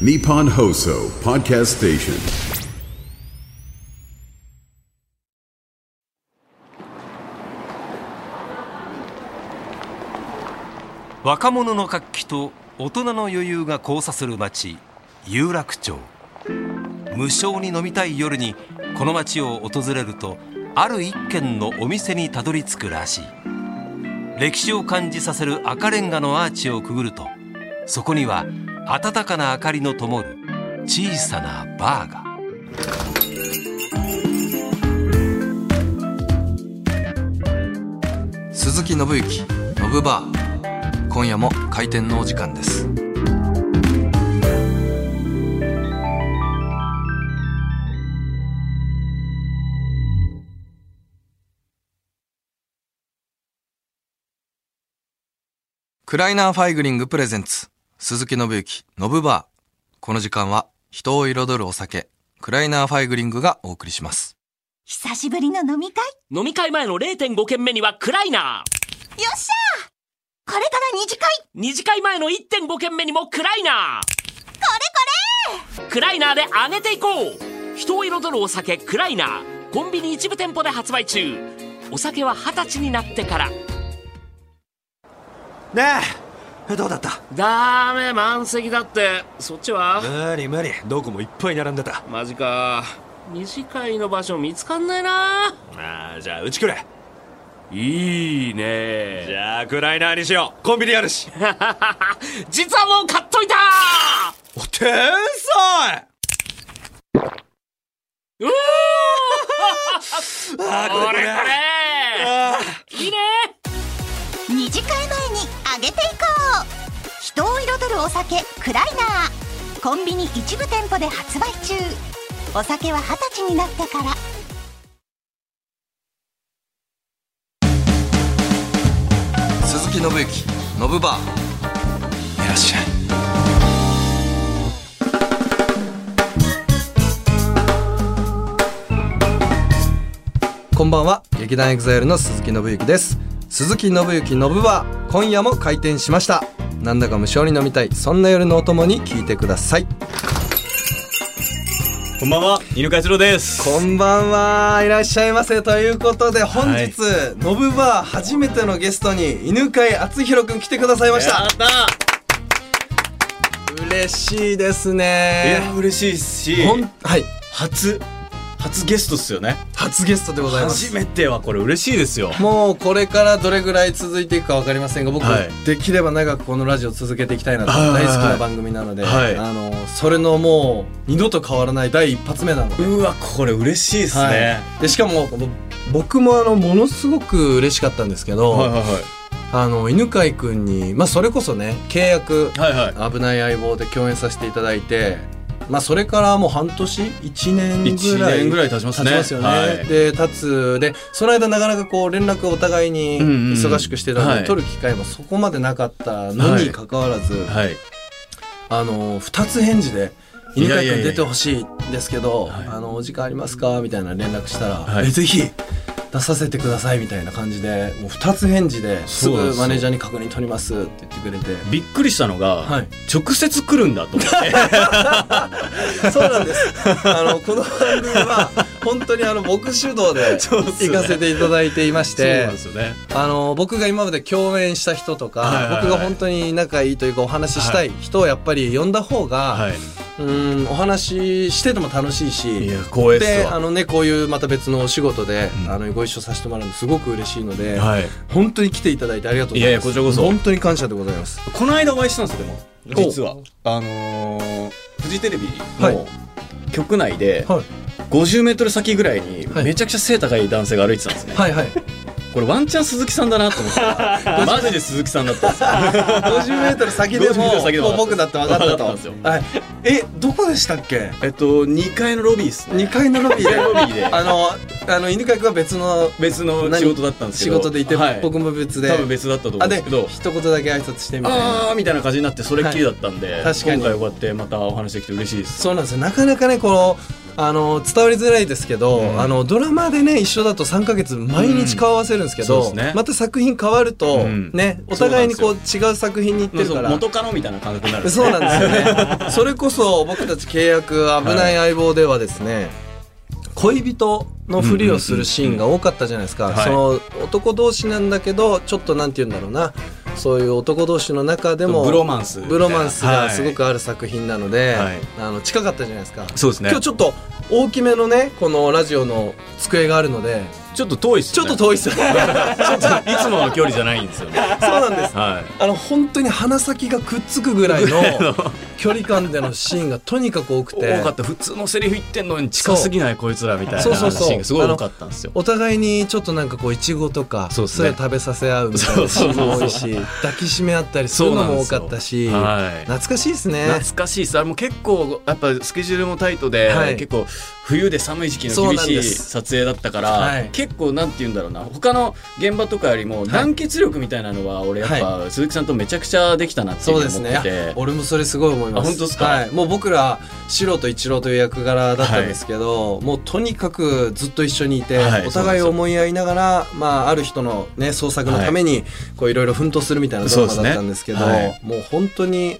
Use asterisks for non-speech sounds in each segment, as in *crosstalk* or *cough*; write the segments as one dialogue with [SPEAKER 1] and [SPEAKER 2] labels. [SPEAKER 1] Nippon Hoso Podcast Station.
[SPEAKER 2] 若者の活気と大人の余裕が交差する街有楽町無償に飲みたい夜にこの街を訪れるとある一軒のお店にたどり着くらしい歴史を感じさせる赤レンガのアーチをくぐるとそこには暖かな明かりの灯る小さなバーが
[SPEAKER 3] 鈴木信之ノブバー今夜も開店のお時間ですクライナーファイグリングプレゼンツ鈴木信之ノブバーこの時間は人を彩るお酒クライナーファイグリングがお送りします
[SPEAKER 4] 久しぶりの飲み会
[SPEAKER 5] 飲み会前の0.5軒目にはクライナー
[SPEAKER 4] よっしゃこれから二次会こ
[SPEAKER 5] 二次会前の1.5軒目にもクライ
[SPEAKER 4] れ
[SPEAKER 5] ナ
[SPEAKER 4] こ
[SPEAKER 5] ークライナーで上げていこう人を彩るお酒クライナーコンビニ一部店舗で発売中お酒は二十歳になってから
[SPEAKER 6] ねえどうだった
[SPEAKER 5] ダメ満席だってそっちは
[SPEAKER 6] 無理無理どこもいっぱい並んでた
[SPEAKER 5] マジか二次会の場所見つかんないな
[SPEAKER 6] あーじゃあうちくれ
[SPEAKER 5] いいね
[SPEAKER 6] じゃあクライナーにしようコンビニあるし
[SPEAKER 5] *laughs* 実はもう買っといた
[SPEAKER 6] お天才
[SPEAKER 5] うー
[SPEAKER 6] あー
[SPEAKER 5] これこれ
[SPEAKER 6] あ
[SPEAKER 5] いいね
[SPEAKER 4] れ二次会前にあげていこう人を彩るお酒クライナーコンビニ一部店舗で発売中お酒は二十歳になってから
[SPEAKER 3] 鈴木信之ノブバーいらっしゃいこんばんは劇団エグザイルの鈴木信之です鈴木信之ノブバー今夜も開店しましたなんだか無性に飲みたいそんな夜のお供に聞いてください
[SPEAKER 7] こんばんは、犬飼一郎です。
[SPEAKER 3] こんばんはいらっしゃいませということで本日、ノブバー初めてのゲストに犬飼敦弘くん来てくださいました嬉しいです
[SPEAKER 7] い
[SPEAKER 3] ね
[SPEAKER 7] や、嬉しいし、
[SPEAKER 3] ほんはい
[SPEAKER 7] 初、初ゲストっすよね。
[SPEAKER 3] 初ゲストでございます
[SPEAKER 7] 初めてはこれ嬉しいですよ。
[SPEAKER 3] もうこれからどれぐらい続いていくかわかりませんが僕、
[SPEAKER 7] はい
[SPEAKER 3] できれば長くこのラジオ続けていきたいなと
[SPEAKER 7] はいはいは
[SPEAKER 3] 大
[SPEAKER 7] い
[SPEAKER 3] 好きな番組なので、
[SPEAKER 7] はい
[SPEAKER 3] あのそれのもう二度と変わらない第一発目なので。
[SPEAKER 7] うわ、これ嬉しいです
[SPEAKER 3] はい
[SPEAKER 7] ね。
[SPEAKER 3] でしかもぼ僕もあのものすごく嬉しかったんですけど、
[SPEAKER 7] はいはい
[SPEAKER 3] あの犬飼君に、まあ、それこそね契約
[SPEAKER 7] はい。はいは
[SPEAKER 3] 危ない相棒で共演させていただいて、まあ、それからもう半年1年
[SPEAKER 7] い。
[SPEAKER 3] ぐ
[SPEAKER 7] 一
[SPEAKER 3] らい
[SPEAKER 7] 年ぐらい経ちま
[SPEAKER 3] 経
[SPEAKER 7] す
[SPEAKER 3] ち
[SPEAKER 7] ね。
[SPEAKER 3] ますよね、
[SPEAKER 7] はい
[SPEAKER 3] で立つでその間なかなかこう連絡をお互いに
[SPEAKER 7] うんうんうん
[SPEAKER 3] 忙しくしてたので、
[SPEAKER 7] はい
[SPEAKER 3] 取る機会もそこまでなかったのにかかわらず、
[SPEAKER 7] はい。
[SPEAKER 3] あの2つ返事で「犬飼
[SPEAKER 7] いやいやい
[SPEAKER 3] 君
[SPEAKER 7] や
[SPEAKER 3] 出てほしいんですけど
[SPEAKER 7] はい
[SPEAKER 3] あのお時間ありますか?」みたいな連絡したら「
[SPEAKER 7] はい
[SPEAKER 3] えぜひ出させてください」みたいな感じでもう2つ返事です
[SPEAKER 7] そうなんで
[SPEAKER 3] ぐ
[SPEAKER 7] すよ
[SPEAKER 3] マネージャーに確認取りますって言ってくれて。
[SPEAKER 7] びっくりしたの
[SPEAKER 3] は
[SPEAKER 7] が
[SPEAKER 3] い、
[SPEAKER 7] 直接来るんだと *laughs* 思って。
[SPEAKER 3] そうなんです。あのこの番組
[SPEAKER 7] *laughs*
[SPEAKER 3] は本当にあの僕主導で
[SPEAKER 7] そうっすね
[SPEAKER 3] 行かせていただいていまし
[SPEAKER 7] そう
[SPEAKER 3] て
[SPEAKER 7] なんで、すよね。
[SPEAKER 3] あの僕が今まで共演した人とか、
[SPEAKER 7] はいはいはい
[SPEAKER 3] 僕が本当に仲いいというかお話ししたい人をやっぱり呼んだ方が、
[SPEAKER 7] はい。
[SPEAKER 3] うんお話ししてても楽しい
[SPEAKER 7] い
[SPEAKER 3] し。
[SPEAKER 7] や、光栄っ
[SPEAKER 3] ですあ
[SPEAKER 7] わ。
[SPEAKER 3] のねこういうまた別のお仕事で、
[SPEAKER 7] うん
[SPEAKER 3] あのご一緒させてもらうのすごく嬉しいので、
[SPEAKER 7] はい。
[SPEAKER 3] 本当に来ていただいてありがとうございます
[SPEAKER 7] いやいやこちらこそ
[SPEAKER 3] 本当に感謝でございます
[SPEAKER 7] この間お会いしたんですよ、でも。
[SPEAKER 3] お
[SPEAKER 7] 実は。あのー、フジテレビ
[SPEAKER 3] はい
[SPEAKER 7] の局内で、
[SPEAKER 3] はい
[SPEAKER 7] 50メートル先ぐらいに
[SPEAKER 3] はい
[SPEAKER 7] めちゃくちゃ背高い男性が歩いてたんですね。
[SPEAKER 3] はいはい
[SPEAKER 7] これワンチャン鈴木さんだなと思って *laughs* たマジで鈴木さんだったんですよ
[SPEAKER 3] 50m 先でも
[SPEAKER 7] 50m 先でも
[SPEAKER 3] もう僕だって分かったと
[SPEAKER 7] 分かったんですよ
[SPEAKER 3] はい、えどこでしたっけ
[SPEAKER 7] *laughs* えっと2階のロビーですね
[SPEAKER 3] 2階のロビーで
[SPEAKER 7] ロビーで
[SPEAKER 3] あのあの犬飼君は別の
[SPEAKER 7] 別の仕事だったんで
[SPEAKER 3] 仕
[SPEAKER 7] すけど
[SPEAKER 3] 事でいて、
[SPEAKER 7] はい、
[SPEAKER 3] 僕も別で
[SPEAKER 7] 多分別だったと思う
[SPEAKER 3] あ
[SPEAKER 7] んで
[SPEAKER 3] です
[SPEAKER 7] けど
[SPEAKER 3] 一言だけ挨拶してみたいな
[SPEAKER 7] あーみたいな感じになってそれっきりだったんで、
[SPEAKER 3] い確かに
[SPEAKER 7] 今回こうやってまたお話できて嬉しいです
[SPEAKER 3] そうなんですよなかなかねこのあの伝わりづらいですけど、あのドラマでね一緒だと3か月毎日顔合わせるんですけ
[SPEAKER 7] うん
[SPEAKER 3] ど、
[SPEAKER 7] そうですね
[SPEAKER 3] また作品変わると、
[SPEAKER 7] ん
[SPEAKER 3] ねお互いにこう違う作品に行ってる
[SPEAKER 7] そ
[SPEAKER 3] か
[SPEAKER 7] う
[SPEAKER 3] ら、
[SPEAKER 7] 元カノみたいな感覚になるんです
[SPEAKER 3] そ
[SPEAKER 7] ね
[SPEAKER 3] うなんですよねそれこそ僕たち契約危ない相棒ではですね、恋人のふりをするシーンが多かったじゃないですか、
[SPEAKER 7] はい
[SPEAKER 3] その男同士なんだけどちょっとなんて言うんだろうなそういう男同士の中でも
[SPEAKER 7] ブロマンス
[SPEAKER 3] ブロマンスがすご
[SPEAKER 7] は
[SPEAKER 3] くある作品なので、
[SPEAKER 7] はい
[SPEAKER 3] あの近かったじゃないですか
[SPEAKER 7] いそうですね
[SPEAKER 3] 今日ちょっと大きめのねこのラジオの机があるので
[SPEAKER 7] ちょっと遠いっす
[SPEAKER 3] ちょ
[SPEAKER 7] ね
[SPEAKER 3] っと遠いっすよ
[SPEAKER 7] *laughs*
[SPEAKER 3] ね
[SPEAKER 7] ちょっといつもの距離じゃないんですよね
[SPEAKER 3] そうなんです
[SPEAKER 7] *laughs* はい
[SPEAKER 3] あの本当に鼻先がくっつくぐらい
[SPEAKER 7] *laughs*
[SPEAKER 3] の距離感でのシーンがとにかく多くて
[SPEAKER 7] 多かった普通のセリフ言ってんのに近すぎないこいつらみたいなシ
[SPEAKER 3] そうそうそうそう
[SPEAKER 7] ーンがすごい多かったんですよ
[SPEAKER 3] お互いにちょっとなんかこういちごとか
[SPEAKER 7] そう
[SPEAKER 3] そ
[SPEAKER 7] っ
[SPEAKER 3] う
[SPEAKER 7] すね
[SPEAKER 3] 食べさせ合うみたいなシーンも多いし抱きしめ合ったりするのも多かったし、
[SPEAKER 7] そうなんですよはい
[SPEAKER 3] 懐かしいですね
[SPEAKER 7] 懐かしいですあれも結構やっぱスケジュールもタイトで、
[SPEAKER 3] はい
[SPEAKER 7] 結構冬で寒い時期
[SPEAKER 3] そう
[SPEAKER 7] の厳
[SPEAKER 3] なん
[SPEAKER 7] し
[SPEAKER 3] で
[SPEAKER 7] い
[SPEAKER 3] す
[SPEAKER 7] 撮影だったから、
[SPEAKER 3] はい
[SPEAKER 7] 結構なんて言うんだろうな他の現場とかよりも団結力みたいなのは俺やっぱ鈴木さんとめちゃくちゃできたなっていう
[SPEAKER 3] そうで
[SPEAKER 7] ふうに
[SPEAKER 3] す
[SPEAKER 7] 思
[SPEAKER 3] ね
[SPEAKER 7] ってて、
[SPEAKER 3] いや俺もそれすごい思います
[SPEAKER 7] あ本当っすか
[SPEAKER 3] はい、もう僕ら白と一郎という役柄だったんですけど、もうとにかくずっと一緒にいて、
[SPEAKER 7] はい
[SPEAKER 3] お互いを思い合いながら、まあ、ある人の、ね、創作のためにこういろいろ奮闘するみたいなドラマだったんですけど
[SPEAKER 7] そうですねはい
[SPEAKER 3] もう本当に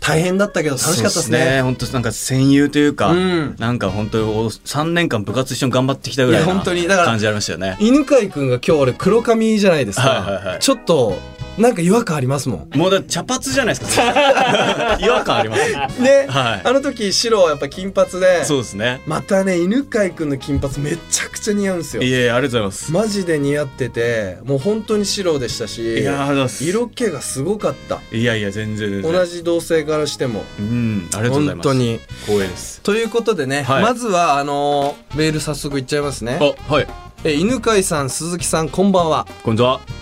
[SPEAKER 3] 大変だったけど楽しかったですね。
[SPEAKER 7] 本当なんか戦友というか、
[SPEAKER 3] うん
[SPEAKER 7] なんか本当3年間部活一緒に頑張ってきたぐらい
[SPEAKER 3] い
[SPEAKER 7] な
[SPEAKER 3] や本当にだから
[SPEAKER 7] 感じありましたよね
[SPEAKER 3] 犬飼君が今日俺黒髪じゃないですか、
[SPEAKER 7] はいはいはい
[SPEAKER 3] ちょっとなんか違和感ありますもん
[SPEAKER 7] もうだって茶髪じゃないで
[SPEAKER 3] *laughs*
[SPEAKER 7] すか違和感あります
[SPEAKER 3] ね、
[SPEAKER 7] ねはい
[SPEAKER 3] あの時白はやっぱ金髪で
[SPEAKER 7] そうですね
[SPEAKER 3] またね犬飼君の金髪めちゃくちゃ似合うんですよ
[SPEAKER 7] いえいえありがとうございます
[SPEAKER 3] マジで似合っててもう本当に白でしたし
[SPEAKER 7] いやありがとうございます
[SPEAKER 3] 色気がすごかった
[SPEAKER 7] いやいや全然全然
[SPEAKER 3] 同じ同性からしても
[SPEAKER 7] うんありがとうござい
[SPEAKER 3] 本
[SPEAKER 7] ます
[SPEAKER 3] 当に
[SPEAKER 7] 光栄です
[SPEAKER 3] ということでね、
[SPEAKER 7] はい
[SPEAKER 3] まずはあのーメール早速いっちゃいますね
[SPEAKER 7] あはい
[SPEAKER 3] え犬飼さん鈴木さんこんばんは
[SPEAKER 7] こんにちはあり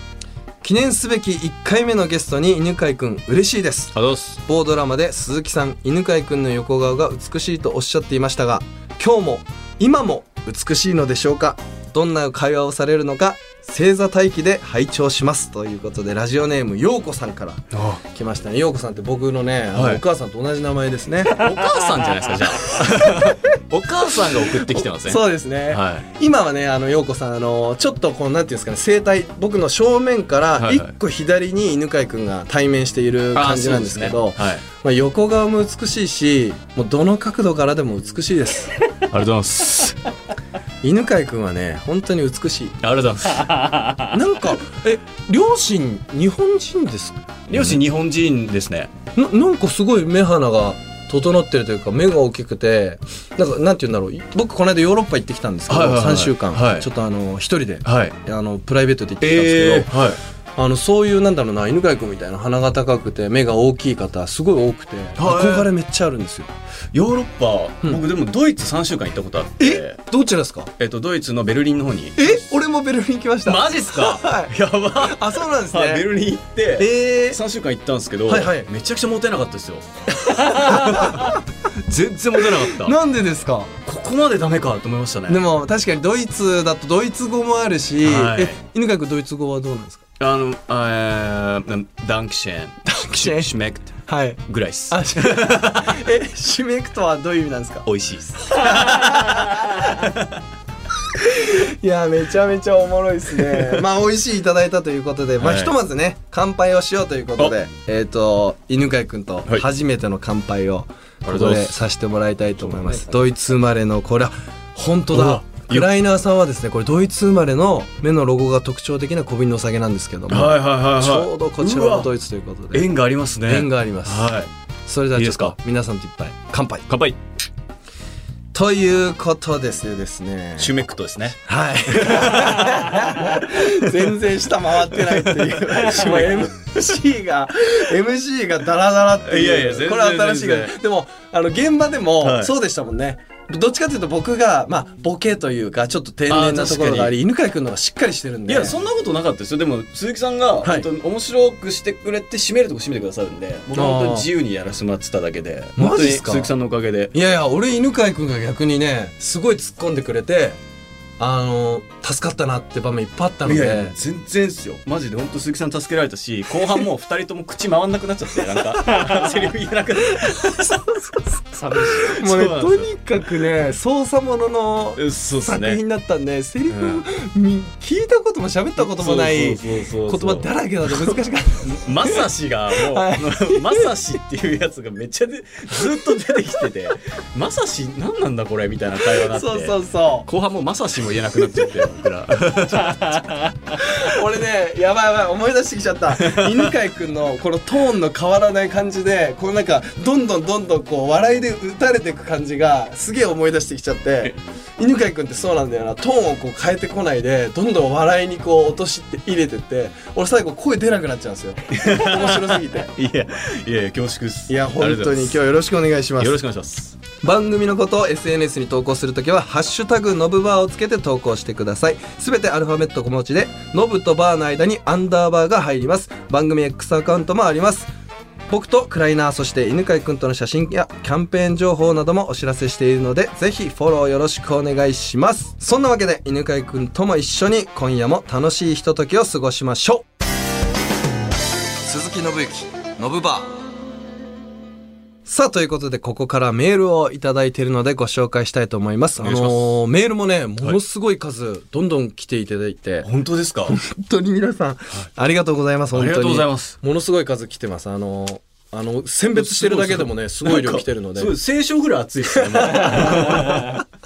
[SPEAKER 3] 記念すべき1回目のゲストに犬飼くん嬉しいです
[SPEAKER 7] がとうございます
[SPEAKER 3] 某ドラマで鈴木さん犬飼くんの横顔が美しいとおっしゃっていましたが今日も今も美しいのでしょうかどんな会話をされるのか正座待機で拝聴しますということでラジオネームようこさんから
[SPEAKER 7] あ
[SPEAKER 3] 来ましたねようこさんって僕のね、あの
[SPEAKER 7] はい
[SPEAKER 3] お母さんと同じ名前です
[SPEAKER 7] *laughs*
[SPEAKER 3] ね
[SPEAKER 7] お母さんじゃないですかじゃ
[SPEAKER 3] *laughs*
[SPEAKER 7] あお母さんが送ってきてますね
[SPEAKER 3] そうですね、
[SPEAKER 7] はい
[SPEAKER 3] 今はねあの陽子さんあのちょっとこうなんていうんですかね生態僕の正面か
[SPEAKER 7] い
[SPEAKER 3] ら
[SPEAKER 7] はい
[SPEAKER 3] 一個左に犬飼くんが対面している
[SPEAKER 7] あ
[SPEAKER 3] 感じなんですけど
[SPEAKER 7] そうねはい
[SPEAKER 3] まあ、横顔も美しいしもうどの角度からでも美しいです
[SPEAKER 7] *laughs* ありがとうございます
[SPEAKER 3] 犬飼くんはね本当に美しい
[SPEAKER 7] ありがとうございます
[SPEAKER 3] なんかえ両親日本人ですか
[SPEAKER 7] 両親日本人ですね
[SPEAKER 3] ななんかすごい目鼻が整ってるというか目が大きくてなんかなんて言うんだろう僕この間ヨーロッパ行ってきたんですけど、
[SPEAKER 7] はいはいはい
[SPEAKER 3] 3週間、
[SPEAKER 7] はい
[SPEAKER 3] ちょっとあの一人で
[SPEAKER 7] はい
[SPEAKER 3] あのプライベートで行ってきたんですけど、
[SPEAKER 7] ええはい
[SPEAKER 3] あのそういうなんだろうな犬飼君みたいな鼻が高くて目が大きい方すごい多くて憧れめっちゃあるんですよ。
[SPEAKER 7] ヨーロッパ、
[SPEAKER 3] うん
[SPEAKER 7] 僕でもドイツ3週間行ったことあって
[SPEAKER 3] どちらですか
[SPEAKER 7] えっとドイツのベルリンの方に
[SPEAKER 3] え俺もベルリン来ました。
[SPEAKER 7] *laughs* マジっすか
[SPEAKER 3] はい
[SPEAKER 7] やば
[SPEAKER 3] あそうなんです
[SPEAKER 7] はいベ
[SPEAKER 3] ね。
[SPEAKER 7] ルリン行って
[SPEAKER 3] えー、
[SPEAKER 7] 3週間行ったんですけど、
[SPEAKER 3] はいはい
[SPEAKER 7] めちゃくちゃモテなかったですよ *laughs* 全然モテなかった
[SPEAKER 3] なんでですか
[SPEAKER 7] ここまでダメかと思いましたね
[SPEAKER 3] でも確かにドイツだとドイツ語もあるし、
[SPEAKER 7] はい
[SPEAKER 3] え犬飼君ドイツ語はどうなんですか
[SPEAKER 7] あのあーダンクシェンダンク
[SPEAKER 3] シェン
[SPEAKER 7] シュメクト
[SPEAKER 3] はい
[SPEAKER 7] ぐらいっす
[SPEAKER 3] あし *laughs* えシュメクトはどういう意味なんですか
[SPEAKER 7] 美味しいっす
[SPEAKER 3] いやめちゃめちゃおもろいですね *laughs* まあ美味しいいただいたということで、まあ
[SPEAKER 7] はい
[SPEAKER 3] ひとまずね乾杯をしようということでえっ、と犬飼君と
[SPEAKER 7] はい
[SPEAKER 3] 初めての乾杯を
[SPEAKER 7] あり
[SPEAKER 3] こ
[SPEAKER 7] がと
[SPEAKER 3] こ
[SPEAKER 7] うご
[SPEAKER 3] で
[SPEAKER 7] ざいます
[SPEAKER 3] させてもらいたいと思いますドイツ生まれのこれは本当だ
[SPEAKER 7] うわ
[SPEAKER 3] クライナーさんはですねこれドイツ生まれの目のロゴが特徴的な小瓶のお酒なんですけども、
[SPEAKER 7] はいはいはいはい
[SPEAKER 3] ちょうどこちら
[SPEAKER 7] う
[SPEAKER 3] も
[SPEAKER 7] わ
[SPEAKER 3] ドイツということで
[SPEAKER 7] 縁がありますね
[SPEAKER 3] 縁があります
[SPEAKER 7] はい
[SPEAKER 3] それではいち
[SPEAKER 7] いで
[SPEAKER 3] ょっ
[SPEAKER 7] すか
[SPEAKER 3] と皆さんといっぱい乾杯
[SPEAKER 7] 乾杯
[SPEAKER 3] ということですよですね
[SPEAKER 7] シュメクトですね
[SPEAKER 3] はい。 *laughs* 全然下回ってないっていう。
[SPEAKER 7] *laughs*
[SPEAKER 3] もう MC が、MC がダラダラっていう。
[SPEAKER 7] いやいや全然
[SPEAKER 3] これ新しいから
[SPEAKER 7] 全然
[SPEAKER 3] でも、あの、現場で
[SPEAKER 7] は
[SPEAKER 3] も、
[SPEAKER 7] い
[SPEAKER 3] そうでしたもんね。どっちかというと僕が、まあ、ボケというか、ちょっと天然なところがあり、犬飼くんの方がしっかりしてるん
[SPEAKER 7] い
[SPEAKER 3] で。
[SPEAKER 7] やそんなことなかったですよでも鈴木さんが
[SPEAKER 3] はい
[SPEAKER 7] 本当に面白くしてくれて締めるとこ締めてくださるんで僕は本当に自由にやらせてもらってただけで
[SPEAKER 3] マジっすか
[SPEAKER 7] 本当に鈴木さんのおかげで
[SPEAKER 3] いやいや、俺犬飼くんが逆にね、すごい突っ込んでくれて、あの、助かったなって場面いっぱいあったの
[SPEAKER 7] い
[SPEAKER 3] で。
[SPEAKER 7] やいや全然っすよマジで本当鈴木さん助けられたし
[SPEAKER 3] *laughs*
[SPEAKER 7] 後半もう二人とも口回んなくなっちゃってなんかセリフ言えなくなって
[SPEAKER 5] 寂しい
[SPEAKER 3] もうね
[SPEAKER 7] そうなん
[SPEAKER 3] と
[SPEAKER 7] で
[SPEAKER 3] にかくね捜査ものの
[SPEAKER 7] そうです
[SPEAKER 3] 作品だ
[SPEAKER 7] ね
[SPEAKER 3] ったんでセリフ、み聞いたことも喋ったこともない
[SPEAKER 7] そうそう
[SPEAKER 3] 言
[SPEAKER 7] そうそう
[SPEAKER 3] 葉だらけなので難しかった
[SPEAKER 7] まさしがもう、
[SPEAKER 3] は
[SPEAKER 7] *laughs* まさしっていうやつがめっちゃでずっと出てきててまさし何なんだこれみたいな会話になって
[SPEAKER 3] そうそうそ
[SPEAKER 7] 後半もうまさしも言えなくなっちゃって僕ら
[SPEAKER 3] う俺ねやばいやばい思い出してきちゃ
[SPEAKER 7] *laughs*
[SPEAKER 3] った犬飼君のこのトーンの変わらない感じでこのなんかどんどんどんどんこう笑いで打たれていく感じがすげえ思い出してきちゃって犬飼君ってそうなんだよなトーンをこう変えてこないでどんどん笑いにこう落としって入れてって俺最後声出なくなっちゃうんですよ面白すぎ
[SPEAKER 7] *laughs*
[SPEAKER 3] て
[SPEAKER 7] *laughs* いやいやいや恐縮っす
[SPEAKER 3] いや
[SPEAKER 7] あり
[SPEAKER 3] 本
[SPEAKER 7] がと
[SPEAKER 3] 当
[SPEAKER 7] うござい
[SPEAKER 3] に今
[SPEAKER 7] ます
[SPEAKER 3] 日よろしくお願いします
[SPEAKER 7] よろしくお願いします
[SPEAKER 3] 番組のことを SNS に投稿するときは「ハッシュタグノブバー」をつけて投稿してくださいすべてアルファベット小文字でノブとバーの間にアンダーバーが入ります番組 X アカウントもあります僕とクライナーそして犬飼君との写真やキャンペーン情報などもお知らせしているのでぜひフォローよろしくお願いしますそんなわけで犬飼君とも一緒に今夜も楽しいひとときを過ごしましょう鈴木信之ノブバーさあ、ということで、ここからメールをいただいているのでご紹介したいと思います。あ
[SPEAKER 7] 願いします
[SPEAKER 3] のーメールもね、ものすごい数、どんどん来ていただいて、本
[SPEAKER 7] 本当ですか
[SPEAKER 3] 当に皆さん、ありがとうございます、本当に。
[SPEAKER 7] ありがとうございます。
[SPEAKER 3] ものすごい数来てます。あのーあの、選別してるだけでもね、すごい量来てるので。
[SPEAKER 7] そう清少ぐらい熱いっすねもう *laughs*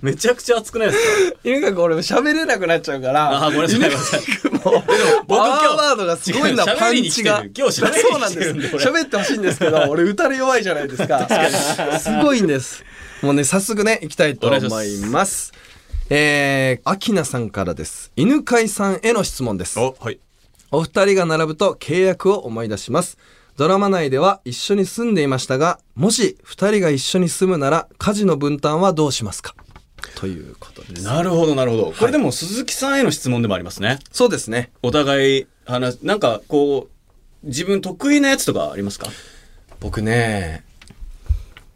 [SPEAKER 7] めちゃくちゃ熱くないですか
[SPEAKER 3] 犬が俺喋れなくなっちゃうから、
[SPEAKER 7] あーごめんなさい
[SPEAKER 3] 犬がもう、
[SPEAKER 7] 僕
[SPEAKER 3] パ
[SPEAKER 7] 今日
[SPEAKER 3] ワーワードがすごいんだ、
[SPEAKER 7] 違う
[SPEAKER 3] パンチが。
[SPEAKER 7] 喋りに来てる今日喋りに来てる
[SPEAKER 3] そうなんです。
[SPEAKER 7] 俺
[SPEAKER 3] 喋ってほしいんです
[SPEAKER 7] *laughs*
[SPEAKER 3] けど、俺歌れ弱いじゃないですか。すごいんです。もうね、早速ね、行きたいと思い
[SPEAKER 7] お願いし
[SPEAKER 3] ます。えー、アキナさんからです。犬飼さんへの質問です。
[SPEAKER 7] *laughs* おはい
[SPEAKER 3] お二人が並ぶと契約を思い出します。ドラマ内では一緒に住んでいましたが、もし二人が一緒に住むなら家事の分担はどうしますかということです。
[SPEAKER 7] なるほどなるほどこれでも鈴木さんへの質問でもありますね
[SPEAKER 3] そうですね。
[SPEAKER 7] お互い話なんかこう自分得意なやつとかありますか
[SPEAKER 3] 僕ね、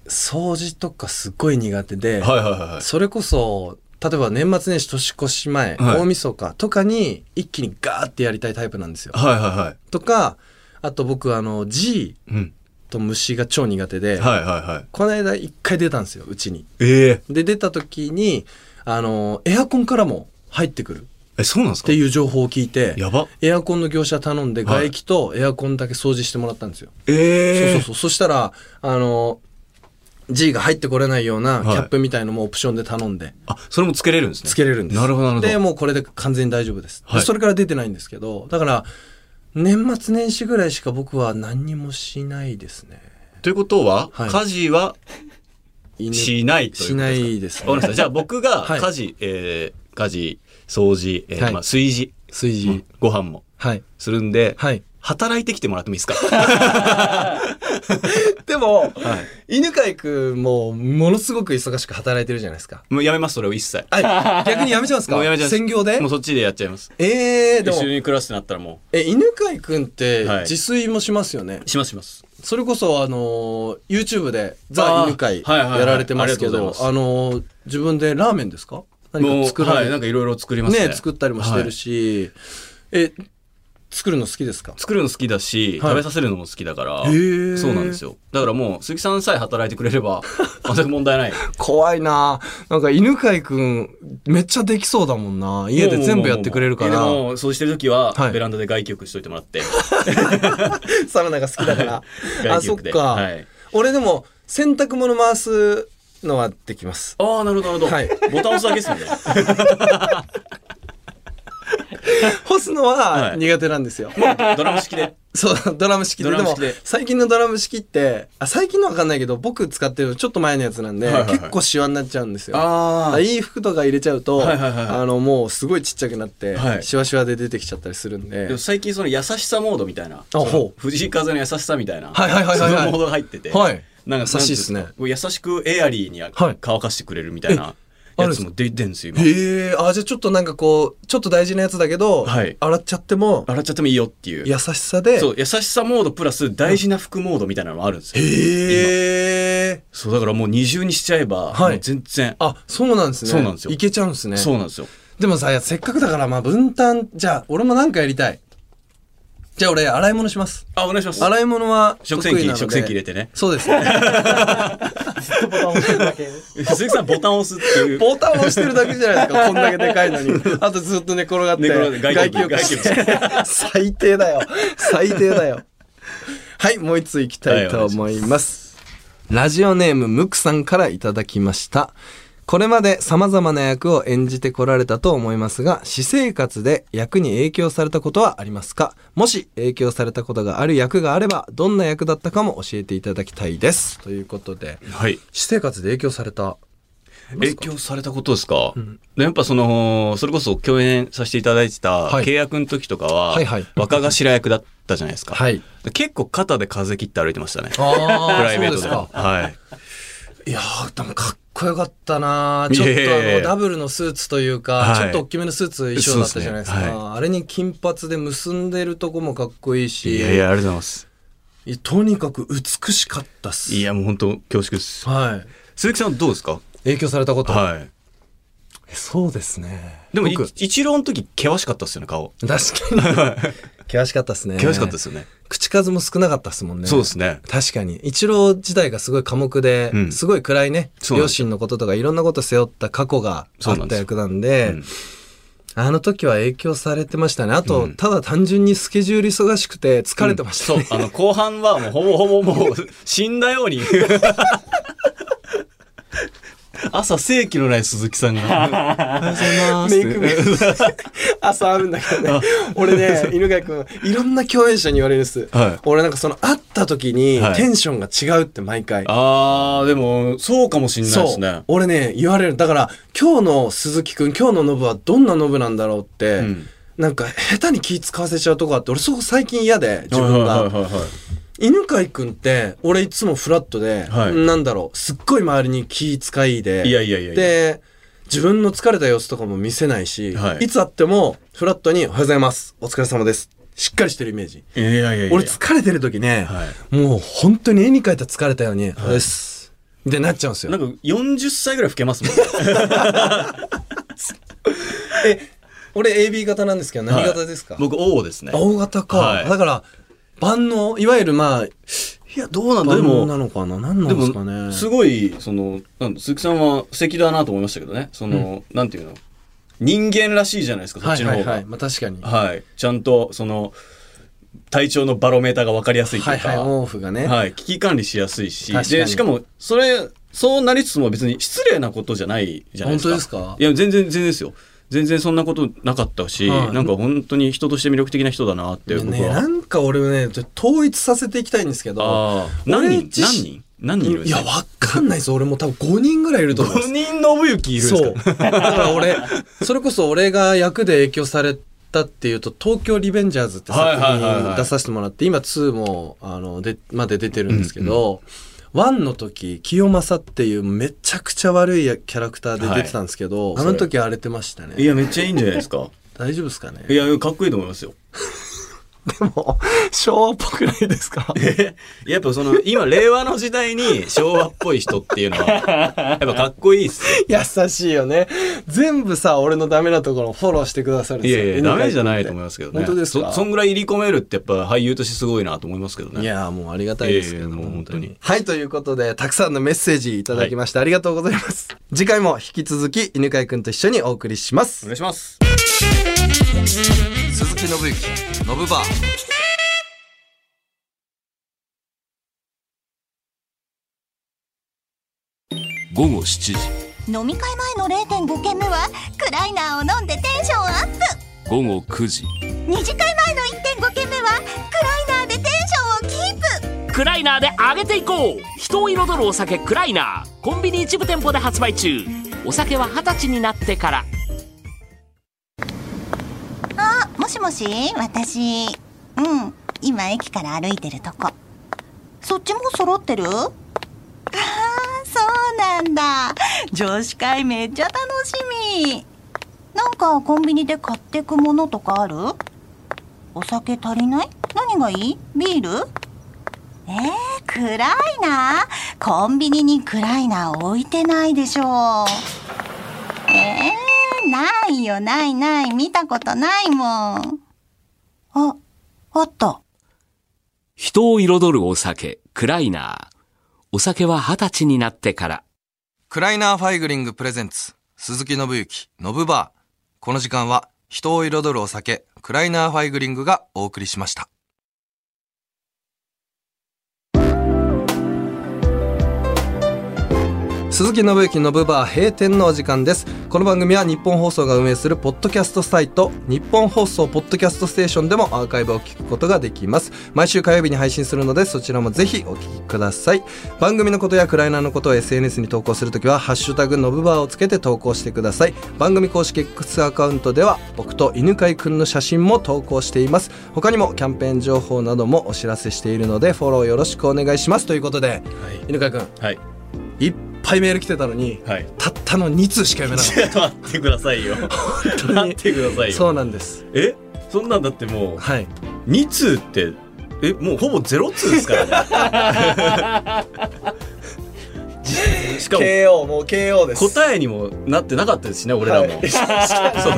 [SPEAKER 3] 掃除とかすっごい苦手で、
[SPEAKER 7] いはいは
[SPEAKER 3] それこそ、例えば年末年始年越し前、
[SPEAKER 7] はい
[SPEAKER 3] 大晦日とかに一気にガーってやりたいタイプなんですよ。
[SPEAKER 7] はいはいはい
[SPEAKER 3] とか、あと僕あの G
[SPEAKER 7] うん
[SPEAKER 3] と虫が超苦手で、
[SPEAKER 7] いはいはい
[SPEAKER 3] この間一回出たんですよ、うちに。
[SPEAKER 7] ええ
[SPEAKER 3] で、出た時に、あの、エアコンからも入ってくるっ
[SPEAKER 7] えそうなんです
[SPEAKER 3] ていう情報を聞いて、
[SPEAKER 7] やば
[SPEAKER 3] エアコンの業者頼んで
[SPEAKER 7] は
[SPEAKER 3] 外
[SPEAKER 7] い
[SPEAKER 3] 気とエアコンだけ掃除してもらったんですよ。
[SPEAKER 7] え
[SPEAKER 3] そうそうそう。そしたら、あの、G が入ってこれないようなキ
[SPEAKER 7] はい
[SPEAKER 3] ャップみたいのもオプションで頼んで、
[SPEAKER 7] あそれもつけれるんですね
[SPEAKER 3] つけれるんです。
[SPEAKER 7] なるほどなるほど
[SPEAKER 3] で、もうこれで完全に大丈夫です。で
[SPEAKER 7] はい
[SPEAKER 3] それから出てないんですけど、だから、年末年始ぐらいしか僕は何にもしないですね。
[SPEAKER 8] ということは、
[SPEAKER 3] はい
[SPEAKER 8] 家事は
[SPEAKER 3] 犬
[SPEAKER 8] しないという
[SPEAKER 3] し
[SPEAKER 8] こと
[SPEAKER 3] な
[SPEAKER 8] ですか
[SPEAKER 3] いです
[SPEAKER 8] わかりました。じゃあ僕が
[SPEAKER 3] はい
[SPEAKER 8] 家事、えー家事、掃除、えー
[SPEAKER 3] はい
[SPEAKER 8] まあ、炊事、
[SPEAKER 3] 炊事。
[SPEAKER 8] ご飯も
[SPEAKER 3] はい。
[SPEAKER 8] するんで、
[SPEAKER 3] はい。
[SPEAKER 8] 働いてきてもらってもいいですか
[SPEAKER 3] でも、犬飼君もものすごく忙しく働いてるじゃないですか。
[SPEAKER 8] もうやめます、それを一切。
[SPEAKER 3] はい、逆にやめちゃうんです
[SPEAKER 7] *laughs*
[SPEAKER 3] か
[SPEAKER 8] もうやめちゃいます
[SPEAKER 3] 専業で
[SPEAKER 8] もうそっちでやっちゃいます。
[SPEAKER 3] えー、で
[SPEAKER 7] 一
[SPEAKER 3] も
[SPEAKER 7] 緒、に暮らすってなったらも
[SPEAKER 3] え、犬飼君って
[SPEAKER 7] はい
[SPEAKER 3] 自炊もしますよね。
[SPEAKER 7] うしますします
[SPEAKER 3] それこそ、あのー、YouTube でザ・
[SPEAKER 7] あー
[SPEAKER 3] 犬飼
[SPEAKER 7] はいはいはい
[SPEAKER 3] やられてますけ
[SPEAKER 7] ありがと
[SPEAKER 3] ど
[SPEAKER 7] うご、ざいます
[SPEAKER 3] あのー、自分でラーメンですか何
[SPEAKER 7] も
[SPEAKER 3] か
[SPEAKER 7] う
[SPEAKER 3] 作ら
[SPEAKER 7] は
[SPEAKER 3] れ
[SPEAKER 7] いなん
[SPEAKER 3] て、
[SPEAKER 7] かいろいろ作りますね
[SPEAKER 3] ね、作ったりもしてるし、え、作るの好きですか
[SPEAKER 8] 作るの好きだし、
[SPEAKER 3] はい
[SPEAKER 8] 食べさせるのも好きだから、
[SPEAKER 3] ー
[SPEAKER 8] そうなんですよ。だからもう、鈴木さんさえ働いてくれれ
[SPEAKER 3] *laughs*
[SPEAKER 8] ば、全く問題ない。
[SPEAKER 3] 怖いななんか犬飼君、めっちゃできそうだもんな家で全部やってくれるから。
[SPEAKER 7] もうもうもうもうそうしてる時は、
[SPEAKER 3] はい
[SPEAKER 7] ベランダで外気浴しといてもらって
[SPEAKER 3] サウナが好きだから。あ、
[SPEAKER 7] 外気
[SPEAKER 3] そっ
[SPEAKER 7] 浴で
[SPEAKER 3] か、
[SPEAKER 7] はい
[SPEAKER 3] 俺でも、洗濯物回すのはできます。
[SPEAKER 7] ああなるほどなるほど、
[SPEAKER 3] はい
[SPEAKER 7] ボタン押すだけです
[SPEAKER 3] *laughs*
[SPEAKER 7] ね
[SPEAKER 3] 干すの
[SPEAKER 7] は
[SPEAKER 3] はい苦手なんですよ。
[SPEAKER 7] ドラム式で
[SPEAKER 3] そう、ドラム式で。
[SPEAKER 7] ドラ
[SPEAKER 3] も
[SPEAKER 7] ム式で、
[SPEAKER 3] 最近のドラム式って、あ、最近のわかんないけど、僕使ってるちょっと前のやつなんで、
[SPEAKER 7] はいはいはい
[SPEAKER 3] 結構シワになっちゃうんですよ。だ
[SPEAKER 7] あ
[SPEAKER 3] からいい服とか入れちゃうと、
[SPEAKER 7] はいはいはい
[SPEAKER 3] あの、もうすごいちっちゃくなって、
[SPEAKER 7] はい
[SPEAKER 3] シワシワで出てきちゃったりするんで。
[SPEAKER 7] でも最近その優しさモードみたいなその
[SPEAKER 3] ほう
[SPEAKER 7] 藤井風の優しさみたいな
[SPEAKER 3] はいはいはいはいはい
[SPEAKER 7] そのモードが入ってて、
[SPEAKER 3] はい
[SPEAKER 7] なんか
[SPEAKER 3] 優しいっすね
[SPEAKER 7] なんてうんですかこう優しくエアリーに
[SPEAKER 3] い
[SPEAKER 7] 乾かしてくれるみたいな
[SPEAKER 3] えある
[SPEAKER 7] や
[SPEAKER 3] んで
[SPEAKER 7] つ
[SPEAKER 3] すか
[SPEAKER 7] も出てんですよ今
[SPEAKER 3] へえ、あ、じゃあちょっとなんかこう、ちょっと大事なやつだけど、
[SPEAKER 7] はい
[SPEAKER 3] 洗っちゃっても、
[SPEAKER 7] 洗っちゃってもいいよっていう
[SPEAKER 3] 優しさで、
[SPEAKER 7] そう優しさモードプラス大事な服モードみたいなのもあるんですよ
[SPEAKER 3] へえ。
[SPEAKER 7] そうだからもう二重にしちゃえば、
[SPEAKER 3] はい
[SPEAKER 7] もう全然
[SPEAKER 3] あ、そうなんですね。
[SPEAKER 7] そうなんですよ
[SPEAKER 3] いけちゃうんですね。
[SPEAKER 7] そうなんですよ
[SPEAKER 3] でもさ、せっかくだから、まあ、分担、じゃあ、俺もなんかやりたい。じゃあ俺洗い物します
[SPEAKER 9] あ、お願いします。
[SPEAKER 3] 洗い物は得
[SPEAKER 9] 食洗
[SPEAKER 3] 意な
[SPEAKER 9] 機、
[SPEAKER 3] ので
[SPEAKER 9] 食洗機入れてね。
[SPEAKER 3] そうですね
[SPEAKER 9] 鈴木さんボタンを押すっていう。
[SPEAKER 3] ボタンを押してるだけじゃないですかこんだけでかいのにあとずっと寝転
[SPEAKER 7] *laughs*
[SPEAKER 3] がって
[SPEAKER 9] 寝転がって外気浴
[SPEAKER 3] 外気浴して最低だよ最低だよはいもう一ついきたいと思いますラジオネームムクさんからいただきましたこれまで様々な役を演じてこられたと思いますが、私生活で役に影響されたことはありますかもし影響されたことがある役があれば、どんな役だったかも教えていただきたいです。ということで、
[SPEAKER 7] はい。
[SPEAKER 3] 私生活で影響された
[SPEAKER 7] 影響されたことですか、やっぱその、それこそ共演させていただいてた
[SPEAKER 3] はい
[SPEAKER 7] 契約の時とかは、
[SPEAKER 3] はいはい
[SPEAKER 7] 若頭役だったじゃないですか。
[SPEAKER 3] はい
[SPEAKER 7] 結構肩で風切って歩いてましたね。プ
[SPEAKER 3] あ
[SPEAKER 7] ライベート
[SPEAKER 3] そ
[SPEAKER 7] で。
[SPEAKER 3] うですか
[SPEAKER 7] はい。
[SPEAKER 3] いやーでもかっこよかったなーちょっ
[SPEAKER 7] いえい
[SPEAKER 3] とあ
[SPEAKER 7] え
[SPEAKER 3] のダブルのスーツというか、
[SPEAKER 7] はい
[SPEAKER 3] ちょっと大きめのスーツ衣装だったじゃないですか
[SPEAKER 7] そうですね
[SPEAKER 3] あれに金髪で結んでるとこもかっこいいし
[SPEAKER 7] いやいや、ありがとうございます。
[SPEAKER 3] いやとにかく美しかったっす
[SPEAKER 7] いや、もう本当恐縮です。
[SPEAKER 3] はい
[SPEAKER 7] 鈴木さんどうですか
[SPEAKER 3] 影響されたこと、
[SPEAKER 7] はい。
[SPEAKER 3] そうですね
[SPEAKER 7] でも、い
[SPEAKER 3] 僕
[SPEAKER 7] 一郎の時、険しかったっすよね、顔。
[SPEAKER 3] 確かに *laughs* 険しかったっすね
[SPEAKER 7] 険しかったっ
[SPEAKER 3] す
[SPEAKER 7] すよね。
[SPEAKER 3] 口数も少なかったっすもんね
[SPEAKER 7] そうですね。
[SPEAKER 3] 確かに一郎時代がすごい寡黙で、
[SPEAKER 7] うん
[SPEAKER 3] すごい暗いね
[SPEAKER 7] そうな
[SPEAKER 3] 両
[SPEAKER 7] んです
[SPEAKER 3] 親のこととかいろんなこと背負った過去があ
[SPEAKER 7] そうな
[SPEAKER 3] っ
[SPEAKER 7] ん
[SPEAKER 3] た
[SPEAKER 7] です
[SPEAKER 3] 役なんで
[SPEAKER 7] うん
[SPEAKER 3] あの時は影響されてましたねあと、ただ単純にスケジュール忙しくて疲れてました
[SPEAKER 7] そう
[SPEAKER 3] ね、、
[SPEAKER 7] あの、後半はもうほぼほぼ *laughs* もう死んだように。 *laughs* 朝、正気のない鈴木さん *laughs* が。
[SPEAKER 3] メイクメイク朝あるんだ
[SPEAKER 7] *laughs*
[SPEAKER 3] けどね俺ね犬飼君いろんな共演者に言われるんです、
[SPEAKER 7] はい
[SPEAKER 3] 俺なんかその会った時に
[SPEAKER 7] はい
[SPEAKER 3] テンションが違うって毎回、
[SPEAKER 7] あー、でも、そうかもしんないです
[SPEAKER 3] そう
[SPEAKER 7] ね。
[SPEAKER 3] 俺ね言われるだから今日の鈴木くん今日のノブはどんなノブなんだろうって、
[SPEAKER 7] ん
[SPEAKER 3] なんか下手に気使わせちゃうとこあって俺そこ最近嫌で自分
[SPEAKER 7] はい
[SPEAKER 3] が
[SPEAKER 7] はいはいはい
[SPEAKER 3] 犬飼くんって俺いつもフラットで、
[SPEAKER 7] はい
[SPEAKER 3] なんだろうすっごい周りに気使いで
[SPEAKER 7] いやいやいやいや
[SPEAKER 3] で自分の疲れた様子とかも見せないし、
[SPEAKER 7] はい
[SPEAKER 3] いつあってもフラットに「おはようございますお疲れ様です」しっかりしてるイメージ
[SPEAKER 7] いやいやいやいや。
[SPEAKER 3] 俺疲れてる時ね、
[SPEAKER 7] は
[SPEAKER 3] もう本当に絵に描いた疲れたように「おはようです」ってなっちゃうんですよ
[SPEAKER 7] なんか40歳ぐらい老けますもんね。 *laughs*
[SPEAKER 3] 俺 AB 型なんですけど何型ですか、
[SPEAKER 7] 僕、王ですね。
[SPEAKER 3] 青型か、
[SPEAKER 7] はい
[SPEAKER 3] だから万能いわゆるまあ
[SPEAKER 7] いや、どうなんだ、で
[SPEAKER 3] 万能な
[SPEAKER 7] も、
[SPEAKER 3] のかな何なんですかね
[SPEAKER 7] すごい、その、なん鈴木さんは素敵だなと思いましたけどね。その、なんていうの人間らしいじゃないですか、そっ
[SPEAKER 3] はい
[SPEAKER 7] ちの
[SPEAKER 3] は
[SPEAKER 7] 方
[SPEAKER 3] いは
[SPEAKER 7] が
[SPEAKER 3] い。まあ確かに、は
[SPEAKER 7] はい。ちゃんと、その、体調のバロメーターが分かりやす
[SPEAKER 3] い、
[SPEAKER 7] いと
[SPEAKER 3] は
[SPEAKER 7] い
[SPEAKER 3] いう
[SPEAKER 7] か、
[SPEAKER 3] はいオンオフがね、
[SPEAKER 7] はい危機管理しやすいし、
[SPEAKER 3] 確かに
[SPEAKER 7] で、しかも、それ、そうなりつつも別に失礼なことじゃないじゃないですか。
[SPEAKER 3] 本当ですか
[SPEAKER 7] いや、全然、全然ですよ。全然そんなことなかったし、
[SPEAKER 3] はい
[SPEAKER 7] なんか本当に人として魅力的な人だなって、僕は。
[SPEAKER 3] ねなんか俺ねちょっと統一させていきたいんですけど
[SPEAKER 7] あー何
[SPEAKER 3] 俺
[SPEAKER 7] 人
[SPEAKER 3] 自身
[SPEAKER 7] 何人何人いるんで
[SPEAKER 3] い
[SPEAKER 7] す
[SPEAKER 3] や
[SPEAKER 7] か
[SPEAKER 3] わかんないです俺も多分5人ぐらいいると思います
[SPEAKER 7] 5人信行いるんですか *laughs*
[SPEAKER 3] そう。だから俺、それこそ俺が役で影響されたっていうと、東京リベンジャーズって作
[SPEAKER 7] はいはいはいは
[SPEAKER 3] 品
[SPEAKER 7] い
[SPEAKER 3] 出させてもらって、今2も、あの、で、まで出てるんですけど、ワン1の時、清正っていうめちゃくちゃ悪いキャラクターで出てたんですけど、あの時荒れてました
[SPEAKER 7] い
[SPEAKER 3] ね。
[SPEAKER 7] や、めっちゃいいんじゃないですか。
[SPEAKER 3] 大丈夫ですかね
[SPEAKER 7] いや、かっこいいと思いますよ。
[SPEAKER 3] もう、昭和っぽくないですか
[SPEAKER 7] え *laughs* やっぱその、今、令和の時代に昭和っぽい人っていうの *laughs* は、やっぱかっこいいっすよ。
[SPEAKER 3] *laughs* 優しいよね。全部さ、俺のダメなところをフォローしてくださるんで
[SPEAKER 7] い
[SPEAKER 3] すよ
[SPEAKER 7] やいや、ダメじゃないと思いますけどね。
[SPEAKER 3] 本当ですか
[SPEAKER 7] そそんぐらい入り込めるってやっぱ俳優としてすごいなと思いますけどね。
[SPEAKER 3] いやーもうありがたいですけど、
[SPEAKER 7] ええもう本当に
[SPEAKER 3] はいということでたくさんのメッセージいただきまして、ありがとうございます次回も引き続き犬飼くんと一緒にお送りします
[SPEAKER 7] お願いします。
[SPEAKER 3] 鈴木信之ノブバー
[SPEAKER 10] 午後7時
[SPEAKER 4] 飲み会前の0.5軒目はクライナーを飲んでテンションアップ
[SPEAKER 10] 午後9時
[SPEAKER 4] 二次会前の1.5軒目はクライナーでテンションをキープ
[SPEAKER 5] クライナーで上げていこう人を彩るお酒クライナーコンビニ一部店舗で発売中お酒は二十歳になってから
[SPEAKER 4] あもしもし私うん今駅から歩いてるとこそっちも揃ってるああそうなんだ女子会めっちゃ楽しみなんかコンビニで買ってくものとかあるお酒足りない何がいいビールえー、暗いなコンビニに暗いな置いてないでしょうえー、ないよないない見たことないもんああった。
[SPEAKER 2] 人を彩るお酒、クライナー。お酒は二十歳になってから。
[SPEAKER 3] クライナーファイグリングプレゼンツ、鈴木信之、ノブバー。この時間は、人を彩るお酒、クライナーファイグリングがお送りしました。鈴木信之のブバー閉店のお時間ですこの番組は日本放送が運営するポッドキャストサイト日本放送ポッドキャストステーションでもアーカイブを聞くことができます毎週火曜日に配信するのでそちらもぜひお聞きください番組のことやクライナーのことを SNS に投稿するときは「ハッシュタグのブバー」をつけて投稿してください番組公式 X アカウントでは僕と犬飼くんの写真も投稿しています他にもキャンペーン情報などもお知らせしているのでフォローよろしくお願いしますということで、犬飼くん
[SPEAKER 7] はい
[SPEAKER 3] いっぱいメール来てたのに、
[SPEAKER 7] はい
[SPEAKER 3] たったの2通しか読めなかっ
[SPEAKER 7] ちょっと *laughs* 待ってくださいよ
[SPEAKER 3] に
[SPEAKER 7] *laughs* 待ってくださ
[SPEAKER 3] た
[SPEAKER 7] いよ
[SPEAKER 3] そうなんです
[SPEAKER 7] えそんなんだっても
[SPEAKER 3] はい、
[SPEAKER 7] う2通ってえもうほぼゼロ通ですからね *laughs* しかも
[SPEAKER 3] KO もう KO で
[SPEAKER 7] 答えにもなってなかったですしね俺らも、その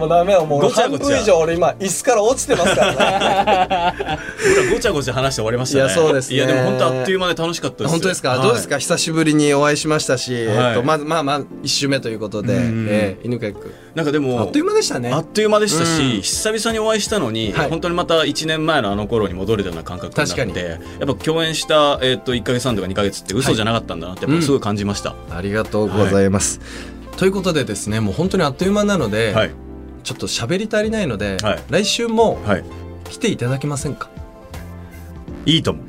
[SPEAKER 3] もうダメよも
[SPEAKER 7] うごちゃごちゃ半分以上
[SPEAKER 3] 俺今椅子から落ちてますから
[SPEAKER 7] *laughs*
[SPEAKER 3] ね
[SPEAKER 7] 僕らごちゃごちゃ話して終わりましたね
[SPEAKER 3] いやそうですね
[SPEAKER 7] いやでも本当あっという間で楽しかったです
[SPEAKER 3] 本当ですか、どうですか久しぶりにお会いしましたし、
[SPEAKER 7] はい
[SPEAKER 3] えっと、まずまあまあ1週目ということで、
[SPEAKER 7] うん
[SPEAKER 3] えー、犬飼君
[SPEAKER 7] なんかでも
[SPEAKER 3] あっという間でしたね
[SPEAKER 7] あっという間でしたし、
[SPEAKER 3] うん
[SPEAKER 7] 久々にお会いしたのに、
[SPEAKER 3] はい
[SPEAKER 7] 本当にまた1年前のあの頃に戻れたような感覚にな
[SPEAKER 3] 確
[SPEAKER 7] っ
[SPEAKER 3] か
[SPEAKER 7] てやっぱ共演した、えっと1か月半とか2か月って嘘じゃなかったんだなってやっぱすごい感じました、
[SPEAKER 3] ありがとうございます、ということでですねもう本当にあっという間なので、
[SPEAKER 7] はい
[SPEAKER 3] ちょっと喋り足りないので、
[SPEAKER 7] はい
[SPEAKER 3] 来週も
[SPEAKER 7] はい
[SPEAKER 3] 来ていただけませんか
[SPEAKER 7] いいと思う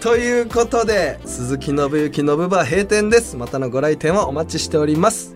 [SPEAKER 3] ということで鈴木信之のぶば閉店ですまたのご来店はお待ちしております